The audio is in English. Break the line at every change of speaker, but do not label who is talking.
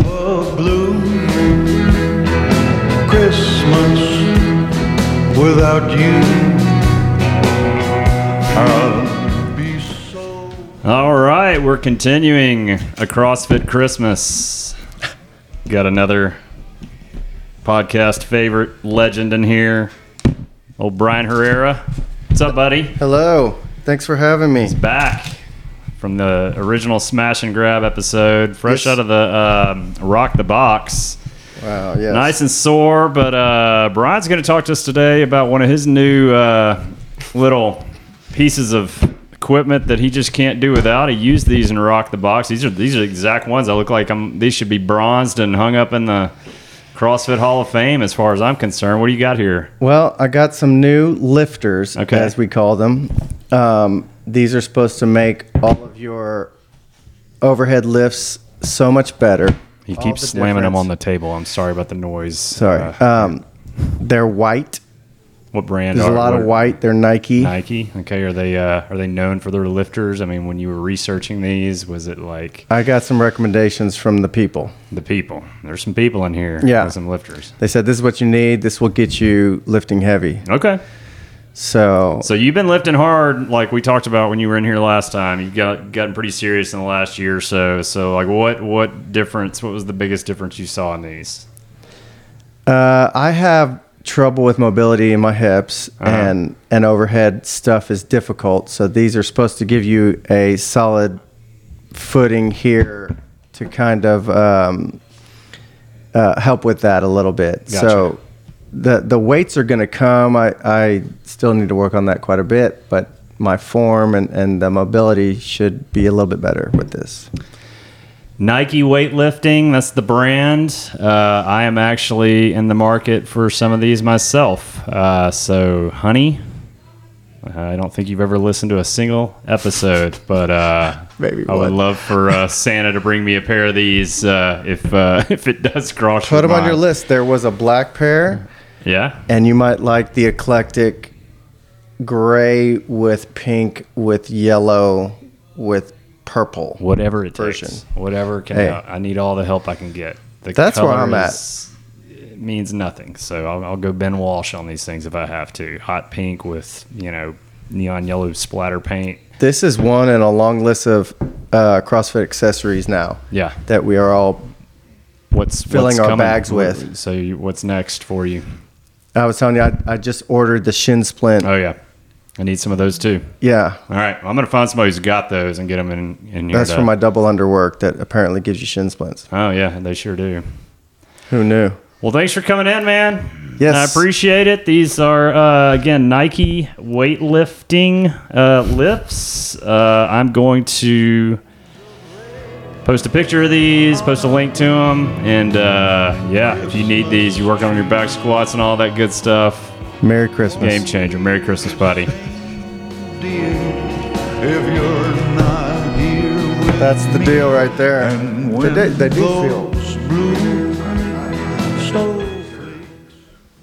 of blue. Christmas without you. I'll be so.
All right, we're continuing a CrossFit Christmas. Got another podcast favorite legend in here, old Brian Herrera. What's up, buddy?
Hello. Thanks for having me.
Back from the original Smash and Grab episode, fresh
Yes.
out of the um, Rock the Box.
Wow. Yes.
Nice and sore, but uh, Brian's going to talk to us today about one of his new uh, little pieces of equipment that he just can't do without. He used these in Rock the Box. These are these are the exact ones. I look like I'm. These should be bronzed and hung up in the CrossFit Hall of Fame, as far as I'm concerned. What do you got here?
Well, I got some new lifters,
Okay.
as we call them. Um, these are supposed to make all of your overhead lifts so much better.
He
All
keeps
the
slamming them
difference.
on the table. I'm sorry about the noise.
Sorry.
Uh,
Um, they're white.
what brand?
There's a
are-
lot of
what-
white. They're Nike.
Nike. Okay. Are they uh, are they known for their lifters? I mean, when you were researching these, was it like
I got some recommendations from the people.
The people. There's some people in here.
Yeah.
with some lifters.
They said this is what you need. This will get you lifting heavy.
Okay.
So,
So you've been lifting hard, like we talked about when you were in here last time. You've got gotten pretty serious in the last year or so. So like, what what difference? What was the biggest difference you saw in these?
Uh, I have trouble with mobility in my hips, and and overhead stuff is difficult. So these are supposed to give you a solid footing here to kind of um, uh, help with that a little bit.
Gotcha.
So the the weights are going to come. I I still need to work on that quite a bit, but my form and, and the mobility should be a little bit better with this.
Nike weightlifting. That's the brand. Uh, I am actually in the market for some of these myself. Uh, so honey. uh, I don't think you've ever listened to a single episode, but uh,
Maybe
I would
one.
love for uh, Santa to bring me a pair of these uh, if uh, if it does cross. with
Put them on your
mine.
list. There was a black pair
Yeah.
and you might like the eclectic gray with pink with yellow with purple.
Whatever it
Version.
takes. Whatever can
Hey.
help. I need all the help I can get. The
That's where I'm at.
colors means nothing. So I'll, I'll go Ben Walsh on these things if I have to. Hot pink with, you know, neon yellow splatter paint.
This is one in a long list of uh, CrossFit accessories now
Yeah.
that we are all.
What's
Filling
what's
our
coming-
bags with.
So you, what's next for you?
I was telling you, I, I just ordered the shin splint.
Oh, yeah. I need some of those too.
yeah,
All right. I'm going to find somebody who's got those and get them in, in here.
that's
to-
for my double underwork that apparently gives you shin splints.
Oh, yeah. They sure do.
Who knew?
Well, thanks for coming in, man.
Yes.
I appreciate it. These are uh, again Nike weightlifting uh, lifts. Uh, I'm going to post a picture of these, post a link to them, and uh, yeah, if you need these, you work on your back squats and all that good stuff.
Merry Christmas.
Game changer. Merry Christmas, buddy.
dear if you're not here with
That's the
me.
deal right there.
And
They,
when
do- they do feel.
those blue stones